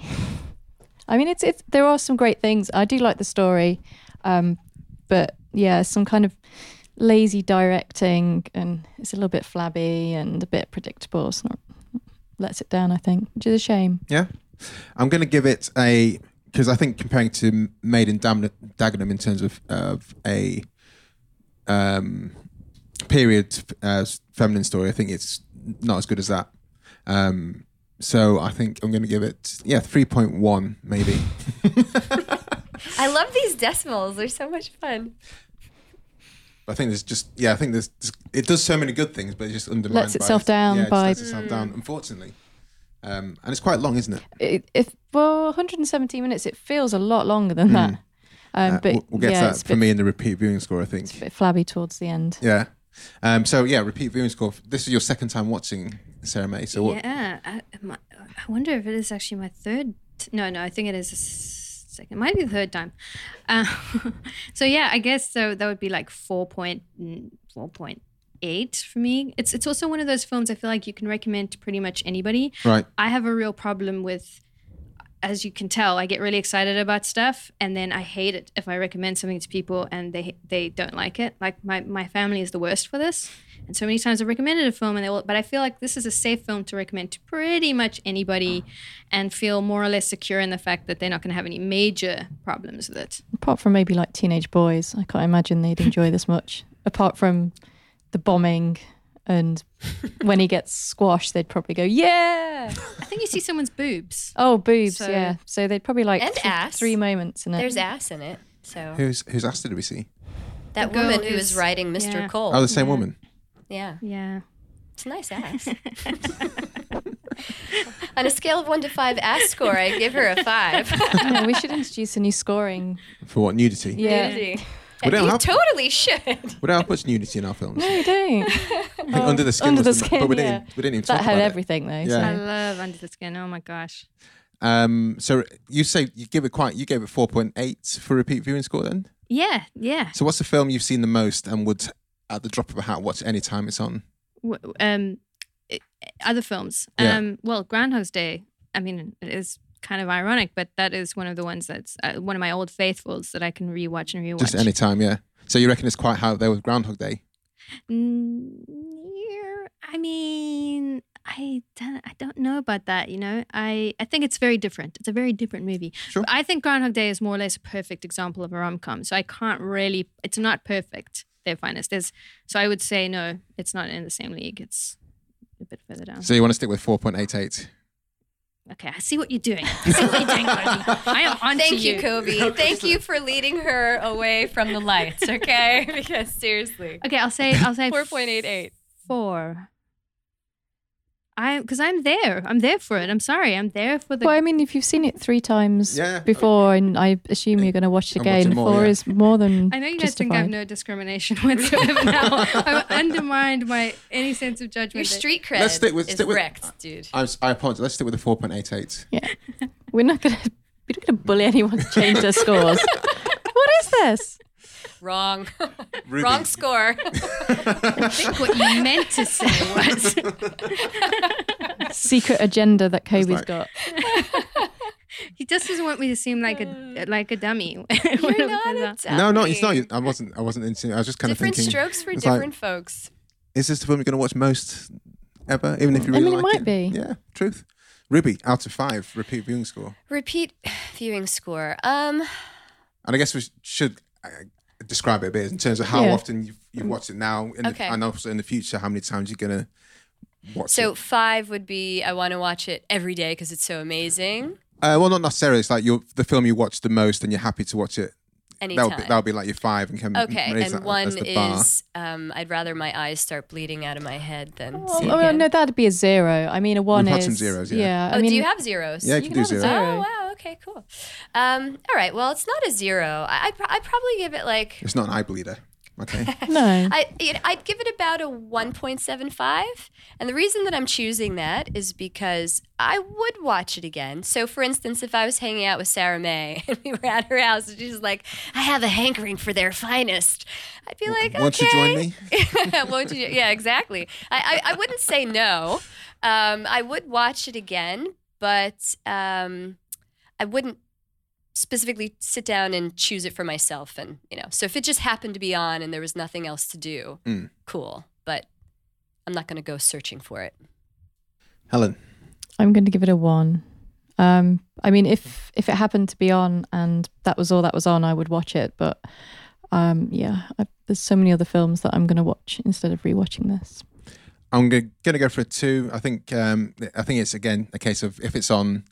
I mean, it's, it's there are some great things. I do like the story, um, but yeah, some kind of lazy directing, and it's a little bit flabby and a bit predictable. It's not lets it down, I think, which is a shame. Yeah. I'm going to give it a because I think comparing to Made in Dam- Dagenham in terms of of a um, period uh, feminine story. I think it's not as good as that. Um, so I think I'm going to give it yeah 3.1 maybe. I love these decimals. They're so much fun. I think there's just yeah I think there's it does so many good things, but it just undermines Lets itself down yeah, it just by- lets itself down unfortunately. Um, and it's quite long, isn't it? It, if well, 117 minutes. It feels a lot longer than that. Um, Hmm. Uh, but we'll, we'll get yeah, to it's that a for bit, me in the repeat viewing score. I think It's a bit flabby towards the end. yeah. Um, so yeah, repeat viewing score. This is your second time watching Sarah May. So what, Yeah, I, my, I wonder if it is actually my third. T- no, no, I think it is a s- second. It might be the third time. Uh, so yeah, I guess so. That would be like four point four point eight for me. It's it's also one of those films I feel like you can recommend to pretty much anybody. right? I have a real problem with, as you can tell, I get really excited about stuff, and then I hate it if I recommend something to people and they they don't like it. Like my my family is the worst for this, and so many times I recommended a film and they will. But I feel like this is a safe film to recommend to pretty much anybody, and feel more or less secure in the fact that they're not going to have any major problems with it. apart from maybe like teenage boys, I can't imagine they'd enjoy this much. Apart from the bombing and when he gets squashed, they'd probably go, yeah. I think you see someone's boobs. Oh, boobs, So- yeah. So they'd probably like And th- ass. three moments in it. There's ass in it. So Who's who's asked did we see? that girl woman who who's- was riding Mr. yeah. Cole. Oh, the same woman. yeah. Yeah. It's a nice ass. On a scale of one to five ass score, I give her a five. Yeah, Oh, we should introduce a new scoring. For what nudity? Yeah. Nudity. We don't you have- totally should. We don't have much nudity in our films. No, you don't. under the skin, Under was the ma- skin, but we yeah. didn't. We didn't that even talk had about it. everything, though. Yeah. I So. love Under the Skin. Oh my gosh. Um, so you say you give it quite. You gave it four point eight for repeat viewing score. Then. Yeah, yeah. So what's the film you've seen the most and would, at the drop of a hat, watch any time it's on? w- um i- other films. Yeah. Um well, Groundhog's Day. I mean, it is kind of ironic, but that is one of the ones that's uh, one of my old faithfuls that I can rewatch and rewatch. Just any time, yeah. So you reckon it's quite high up there with Groundhog Day? Mm, yeah, I mean, I don't, I don't know about that. You know, I I think it's very different. It's a very different movie. Sure. I think Groundhog Day is more or less a perfect example of a rom com. So I can't really. It's not perfect. Their finest. There's so I would say no. It's not in the same league. It's a bit further down. So you want to stick with four point eight eight? Okay, I see what you're doing. I see what you're doing, Kobe. I am on Thank to you. you, Kobe. Thank you for leading her away from the lights, okay? because seriously. Okay, I'll say I'll say 4.88. four. I because I'm there. I'm there for it. I'm sorry. I'm there for the. Well, I mean, if you've seen it three times Yeah. before, and I assume you're going to watch it And watch it again, more, four yeah. is more than. I know you guys justified. think I have no discrimination whatsoever now. I've undermined my any sense of Your judgment. that- street cred Let's stick with- is stick with- wrecked, dude. Oh. I'm, si apologize. Let's stick with the four point eight eight. Yeah. We're not going to. We're not going to bully anyone to change their scores. what is this? Wrong. Wrong score. I think what you meant to say was Secret agenda that Kobe's like- got. he just doesn't want me to seem like a like a dummy. You're not a dummy. No, no, it's not. I wasn't. I wasn't into. I was just kind Different of thinking. strokes for it's different Like, folks. is this the film you're going to watch most ever? Even if you I really mean, it like might be. Yeah, truth. Ruby, out of five, repeat viewing score. Repeat viewing score. Um, And I guess we sh- should uh, describe it a bit in terms of how Yeah. often you've, you've watched it now in Okay. the, and also in the future, how many times you're going to watch so it. five would be I want to watch it every day because it's so amazing. Uh, well, not necessarily. It's like you're, the film you watch the most and you're happy to watch it. Anytime. That would, be, that would be like your five and can okay, raise and that as one the bar. is um, I'd rather my eyes start bleeding out of my head than Oh, see oh, again. no, that'd be a zero. I mean, a one We've had is. some zeros, yeah. I oh, mean, do you have zeros? Yeah, you you can can do have a zero. zero. Oh wow, okay, cool. Um, all right, well, it's not a zero. I I'd, pro- I'd probably give it like It's not an eye bleeder. Okay. Oh, no. I, it, I'd give it about a 1.75. And the reason that I'm choosing that is because I would watch it again. So, for instance, if I was hanging out with Sarah May and we were at her house and she's like, I have a hankering for their finest, I'd be like, Won't you join "Okay." Won't you? Yeah, exactly. I, I, I wouldn't say no. Um, I would watch it again, but um, I wouldn't specifically sit down and choose it for myself and you know so if it just happened to be on and there was nothing else to do Mm. cool but i'm not going to go searching for it Helen. I'm going to give it a one. Um, I mean, if if it happened to be on and that was all that was on, I would watch it. But um, yeah, I, there's so many other films that I'm going to watch instead of rewatching this. I'm going to go for a two. I think um, I think it's again a case of if it's on,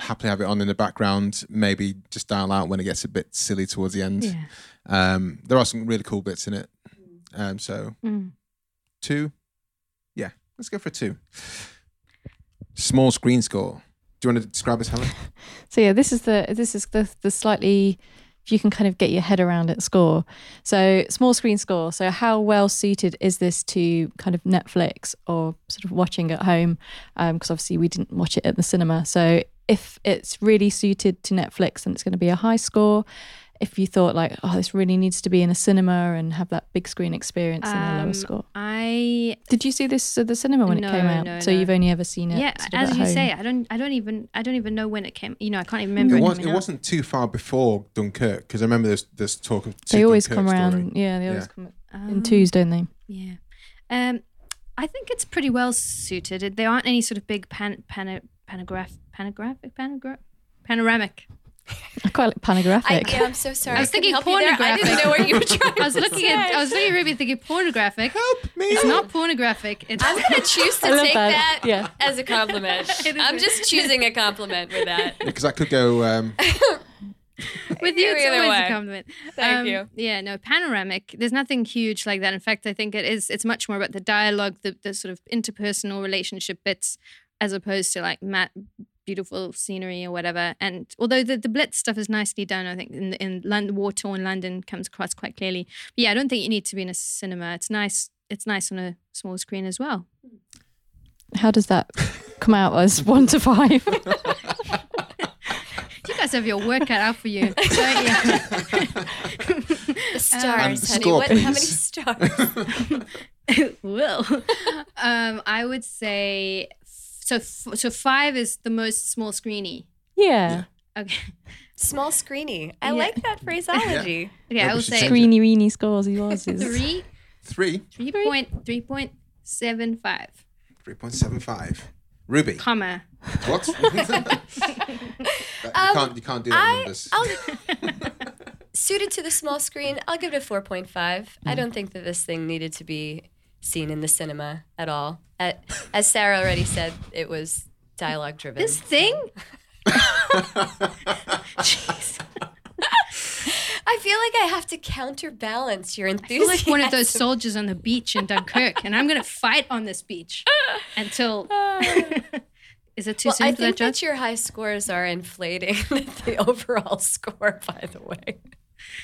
happily have it on in the background. Maybe just dial out when it gets a bit silly towards the end. Yeah. Um, there are some really cool bits in it. Um, so Mm. two, yeah, let's go for two. Small screen score. Do you want to describe this, Helen? So yeah, this is the this is the the slightly if you can kind of get your head around it score. So small screen score. So how well suited is this to kind of Netflix or sort of watching at home? Because obviously we didn't watch it at the cinema. So if it's really suited to Netflix, then it's going to be a high score. If you thought like, oh, this really needs to be in a cinema and have that big screen experience, then a lower Um, score. I Did you see this at the cinema when No, it came out? no, so no. you've only ever seen it. yeah, sort of as at you home. say, I don't I don't even I don't even know when it came. You know, I can't even remember. It, was, coming it out. wasn't too far before Dunkirk because I remember there's there's talk of two they always Dunkirk come around. story. Yeah, they always Yeah. come Um, in twos, don't they? Yeah. Um, I think it's pretty well suited. It- There aren't any sort of big pan, pan, panograph, panographic, panogra- panoramic. I quite like I, panographic. yeah, I'm so sorry. I was couldn't thinking help you there. I pornographic. didn't know where you were trying. I was looking at. I was looking at Ruby thinking pornographic. Help me! It's not pornographic. It's I'm gonna choose to I love take that. that, Yeah. as a compliment. I'm just choosing a compliment with that. because I could go. Um, with you. It's Either always way. a compliment. Um, Thank you. Yeah, no, panoramic. There's nothing huge like that. In fact, I think it is. It's much more about the dialogue, the, the sort of interpersonal relationship bits, as opposed to like matte, beautiful scenery or whatever. And although the, the blitz stuff is nicely done, I think in in London, war torn London comes across quite clearly. But yeah, I don't think you need to be in a cinema. It's nice. It's nice on a small screen as well. How does that come out as one to five? You guys have your work cut out for you. don't you? The And stars, the honey. score, what, how many please. stars? will. um, I would say so. F- so five is the most small screeny. yeah. Okay. Small screeny. I like that phraseology. Okay. Maybe I we will should say change Greeny weeny scores he was. is- three, three, three point, three point seven five, three point seven five. Ruby, comma. what? That- you can't you can't do that with numbers. Suited to the small screen, I'll give it a 4.5. Mm. I don't think that this thing needed to be seen in the cinema at all. A- As Sarah already said, it was dialogue driven. This thing. I feel like I have to counterbalance your I feel enthusiasm. like one of those soldiers on the beach in Dunkirk, and I'm gonna fight on this beach until. is it too Uh. well, soon I for that think judge? that your high scores are inflating the overall score, by the way.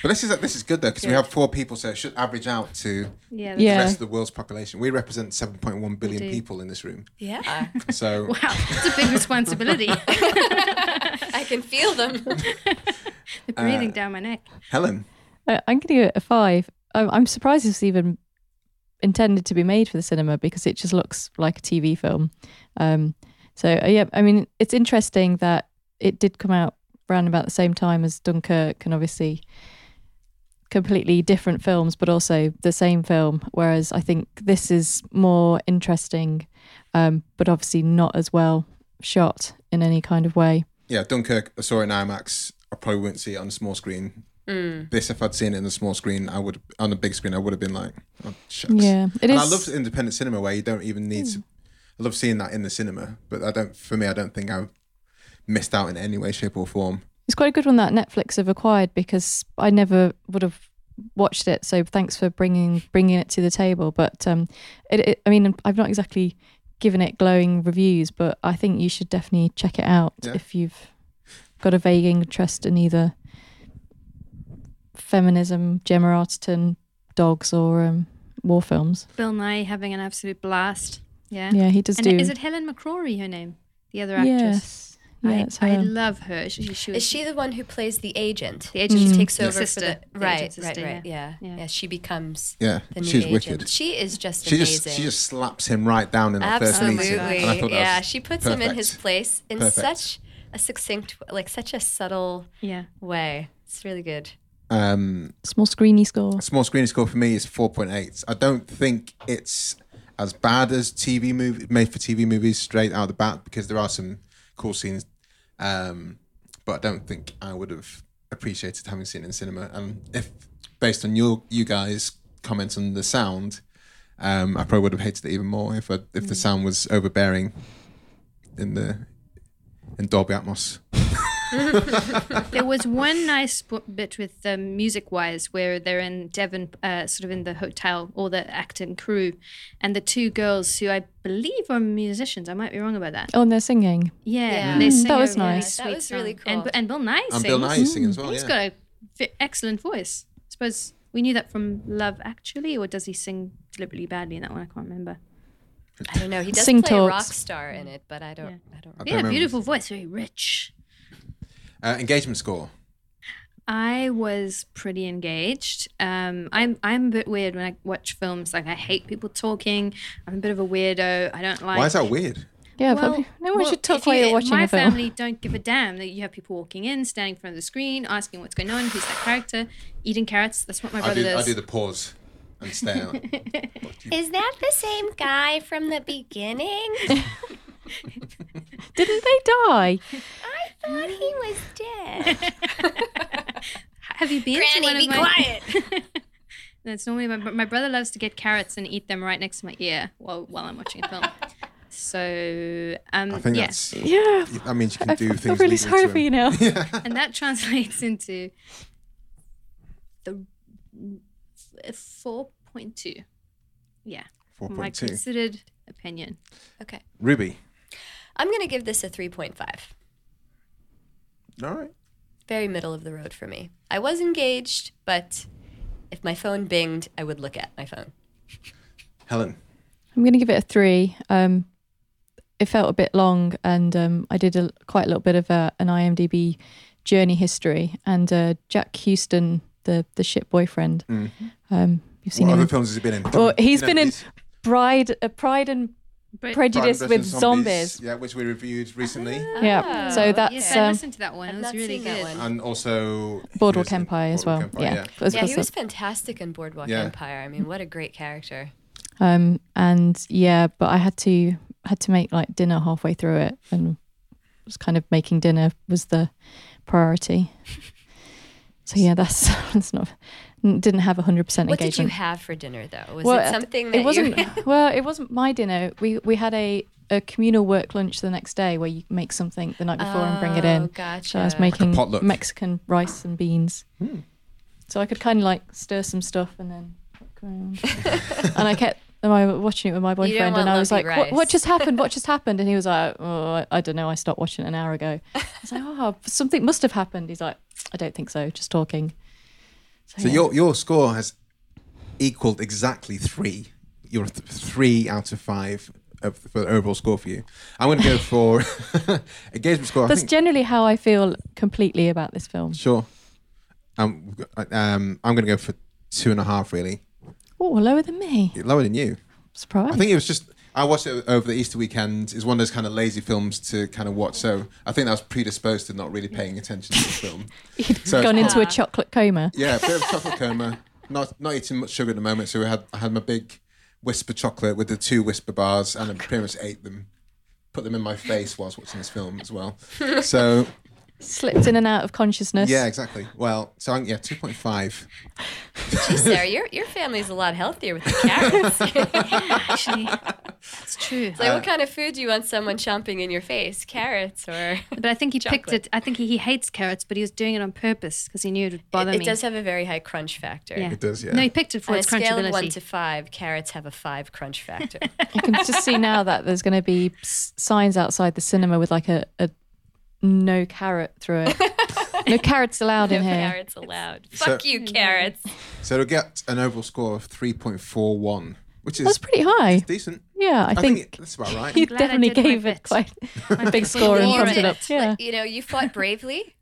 But this is this is good though because we have four people, so it should average out to yeah. the Yeah. rest of the world's population. We represent seven point one billion people in this room, Yeah. so Wow, it's a big responsibility. I can feel them. They're breathing Uh. down my neck. Helen, Uh, I'm going to give it a five. I'm, I'm surprised it's even intended to be made for the cinema because it just looks like a TV film. Um, so uh, yeah, I mean, it's interesting that it did come out around about the same time as Dunkirk, and obviously completely different films, but also the same film. Whereas I think this is more interesting, um, but obviously not as well shot in any kind of way. yeah, Dunkirk. I saw it in IMAX. I probably wouldn't see it on a small screen. Mm. This, if I'd seen it in a small screen, I would on a big screen. I would have been like, oh, shucks. Yeah, it and I is- Hmm. love independent cinema where you don't even need to. I love seeing that in the cinema, but I don't. For me, I don't think I missed out in any way, shape, or form. It's quite a good one that Netflix have acquired because I never would have watched it. So thanks for bringing bringing it to the table. But um, it, it, I mean, I've not exactly given it glowing reviews, but I think you should definitely check it out Yeah. if you've got a vague interest in either feminism, Gemma Arterton, dogs, or um, war films. Bill Nye having an absolute blast. Yeah. Yeah, he does and do. is it Helen McCrory her name? The other actress. yes, yeah, I, it's I her. love her. She, she was Is she the one who plays the agent? the Mm. agent She who takes over sister, for the the, right, agent's right, sister, right, yeah. yeah. yeah, Yeah. She becomes Yeah, the new she's agent. wicked. She is just She amazing. just she just slaps him right down in the first meeting. and I thought absolutely, that yeah. was She puts him in his perfect. place in Perfect. such a succinct, like such a subtle yeah. way. It's really good. Um, Small screeny score. small screen score for me is four point eight. I don't think it's as bad as TV movie made for TV movies straight out of the bat because there are some cool scenes, um, but I don't think I would have appreciated having seen it in cinema. And if based on your you guys' comments on the sound, um, I probably would have hated it even more if I, if Mm. the sound was overbearing in the in Dolby Atmos. There was one nice b- bit with um, music wise where they're in Devon, uh, sort of in the hotel, all the acting crew, and the two girls who I believe are musicians. I might be wrong about that. Oh, and they're singing. Yeah, Yeah. they Mm, sing that was a really nice. Yeah, that sweet was really song. And, cool. and Bill Nye sings. And Bill Nye is singing as well. He's Oh, yeah. Mm. got a v- excellent voice. I suppose we knew that from Love Actually, or does he sing deliberately badly in that one? I can't remember. I don't know. He does Sing play a rock talks. star in it, but I don't. I don't. Yeah, I don't remember. beautiful voice, very rich. Uh, engagement score. I was pretty engaged. Um, I'm I'm a bit weird when I watch films. Like I hate people talking. I'm a bit of a weirdo. I don't like. Why is that weird? Yeah, Well, but no one well, should talk if you- while you're watching My a film. family don't give a damn that you have people walking in, standing in front of the screen, asking what's going on, who's that character, eating carrots. That's what my I brother do. does. I do the pause and stare. Is that the same guy from the beginning? Didn't they die? I thought he was dead. Have you been to one Granny, of be my? quiet. That's normally my, my brother loves to get carrots and eat them right next to my ear while while I'm watching a film. So um, I think yeah. that's. Yeah. That means you can I do feel things. really legally sorry to for him. you now. and that translates into the four point two. Yeah, my 4.2. considered opinion. Okay. Ruby. I'm going to give this a 3.5. All right. very middle of the road for me. I was engaged, but if my phone binged, I would look at my phone. Helen. I'm going to give it a three. Um, it felt a bit long, and um, I did a, quite a little bit of a, an IMDb journey history. And uh, Jack Houston, the the ship boyfriend, um, you've seen Mm. What other him. films has he been in? Well, he's You know, been in these- Bride, uh, Pride and Prejudice Pride with versus zombies. Yeah, which we reviewed recently. Yeah. So that's So I um, listened to that one. I've It was not really seen that good. one. And also he Ah. Boardwalk was in Empire as well. Boardwalk Empire, yeah. It was- Yeah, he was- was fantastic in Boardwalk Yeah. Empire. I mean, what a great character. um, and yeah, but I had to had to make like dinner halfway through it, and was kind of making dinner was the priority. So yeah, that's that's not didn't have hundred percent What engagement. did you have for dinner, though? Was it uh, something that it wasn't you well it wasn't my dinner we we had a a communal work lunch the next day where you make something the night before and bring it in Oh, gotcha. so i was making potluck. mexican rice and beans Hmm. so i could kind of like stir some stuff and then walk around. and i kept I was watching it with my don't boyfriend, and want I was like, lumpy what, "What rice." just happened? What just happened?" And he was like, "Oh, I, I don't know. I stopped watching an hour ago." I was like, "Oh, something must have happened." He's like, "I don't think so. Just talking." So your your score has equaled exactly three. You're th- three out of five of, for the overall score for you. I'm going to go for engagement score. I That's think, generally how I feel completely about this film. sure. Um, we've got- um, I'm going to go for two and a half. Really, Oh, lower than me. lower than you. Surprise. I think it was just I watched it over the Easter weekend. It's one of those kind of lazy films to kind of watch. So I think I was predisposed to not really paying attention to the film. You'd So- gone Ah. into a chocolate coma. Yeah, a bit of chocolate coma. Not not eating much sugar at the moment, so we had I had my big whisper chocolate with the two whisper bars, and I pretty much ate them, put them in my face whilst watching this film as well. So Slipped in and out of consciousness. yeah, exactly. Well, so I'm, yeah, two point five. Gee, Sarah, your, your family's a lot healthier with the carrots. it's Actually, it's true. like, what kind of food do you want someone chomping in your face? Carrots or. But I think he picked it. I think he, he hates carrots, but he was doing it on purpose because he knew it would bother it, me. it does have a very high crunch factor. Yeah. It does, yeah. No, he picked it for On a its scale of one crunchability. to five, carrots have a five crunch factor. I can just see now that there's going to be s- signs outside the cinema with like a, a no carrot through it. no carrots allowed in here. carrots allowed. Fuck you, carrots. So to get an overall score of three point four one, which is That's pretty high. decent. Yeah, I, I think think, it- that's about right. he I'm glad I definitely did my gave bit. it quite a big score and You pumped did it up. it. Yeah. Like, you know, you fought bravely.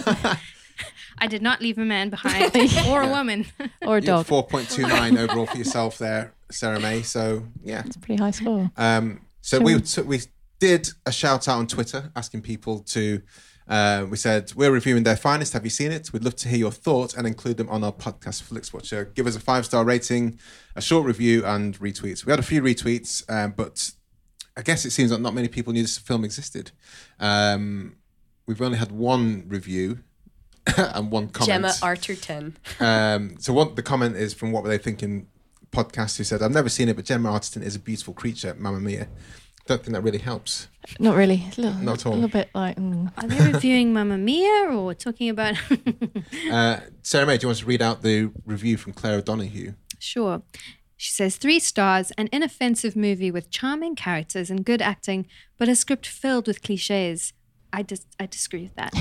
I did not leave a man behind or a woman. Or a dog. Four point two nine overall for yourself there, Sarah May. So yeah. It's a pretty high score. Um, so we t- we did a shout out on Twitter asking people to. Uh, we said we're reviewing their finest. Have you seen it? We'd love to hear your thoughts and include them on our podcast, Flix Watcher. Give us a five star rating, a short review, and retweets. We had a few retweets, um, but I guess it seems that not many people knew this film existed. Um, we've only had one review, and one comment. Gemma Arterton. Um, so what the comment is from what were they thinking podcast who said I've never seen it, but Gemma Arterton is a beautiful creature. Mamma mia! Don't think that really helps. Not really. A little, Not at all. A little bit like. mm. Are they reviewing Mamma Mia or talking about? Uh, Sarah May, do you want to read out the review from Claire O'Donoghue? Sure. She says three stars, an inoffensive movie with charming characters and good acting, but a script filled with cliches. I dis- I disagree with that.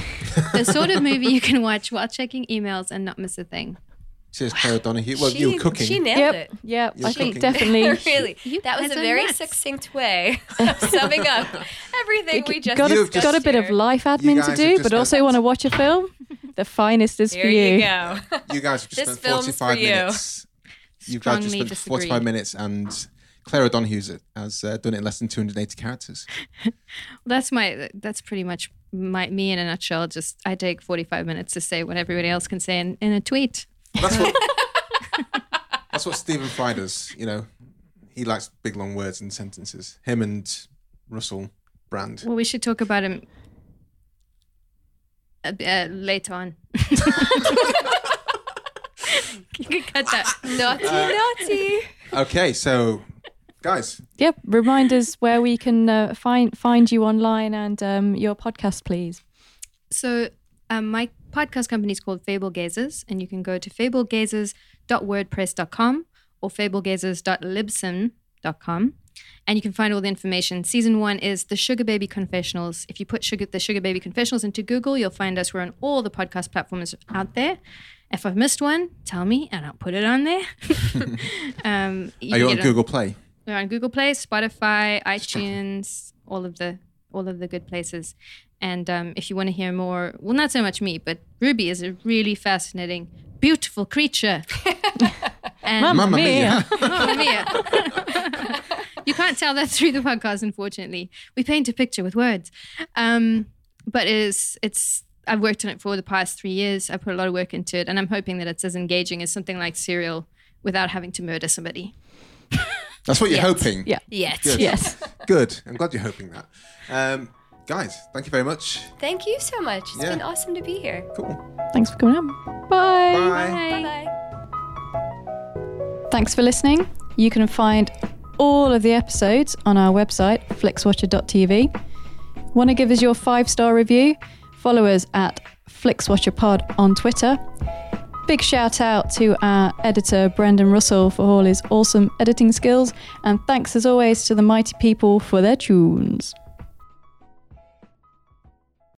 the sort of movie you can watch while checking emails and not miss a thing. Says Claire O'Donoghue. Well, she, you were cooking. She nailed Yep. it. Yeah. You're I think cooking. definitely. really, You that was a guys are very nuts. succinct way of summing up everything we just got, a, You've discussed got a bit of here. life You admin guys to have do, just but got- also want to watch a film. the finest is Here for you. you go. You guys have just This spent film's 45 for you. minutes. You guys just Strongly spent disagree. 45 minutes and Claire O'Donoghue has uh, done it in less than 280 characters. That's my. That's pretty much my me in a nutshell. Just I take forty five minutes to say what everybody else can say in, in a tweet. That's what, that's what Stephen Fry does, you know. He likes big, long words and sentences. Him and Russell Brand. Well, we should talk about him a b- uh, later on. you can cut that. naughty, naughty. Okay, so guys, Yep. Remind us where we can uh, find find you online and um, your podcast, please. So, um, my podcast company is called Fable Gazers, and you can go to fablegazers.wordpress.com or fablegazers.libsyn.com. And you can find all the information. Season one is the Sugar Baby Confessionals. If you put sugar, the Sugar Baby Confessionals into Google, you'll find us. We're on all the podcast platforms out there. If I've missed one, tell me and I'll put it on there. um, are you can on get Google Play? we're on Google Play, Spotify, iTunes, all of the all of the good places. And um, if you want to hear more, well, not so much me, but Ruby is a really fascinating, beautiful creature. and Mamma mia. Mamma mia. you can't tell that through the podcast, unfortunately. We paint a picture with words. Um, but it is, it's, I've worked on it for the past three years. I put a lot of work into it, and I'm hoping that it's as engaging as something like Serial without having to murder somebody. That's what you're Yes. hoping. Yeah. Yes. Good. Yes. Good. I'm glad you're hoping that. Um, guys, thank you very much. Thank you so much. It's Yeah. been awesome to be here. Cool. Thanks for coming on. Bye. Bye. Bye bye. Thanks for listening. You can find all of the episodes on our website, flixwatcher.tv. Want to give us your five star review? Follow us at FlixWatcherPod on Twitter. Big shout out to our editor, Brendan Russell, for all his awesome editing skills. And thanks as always to the mighty people for their tunes.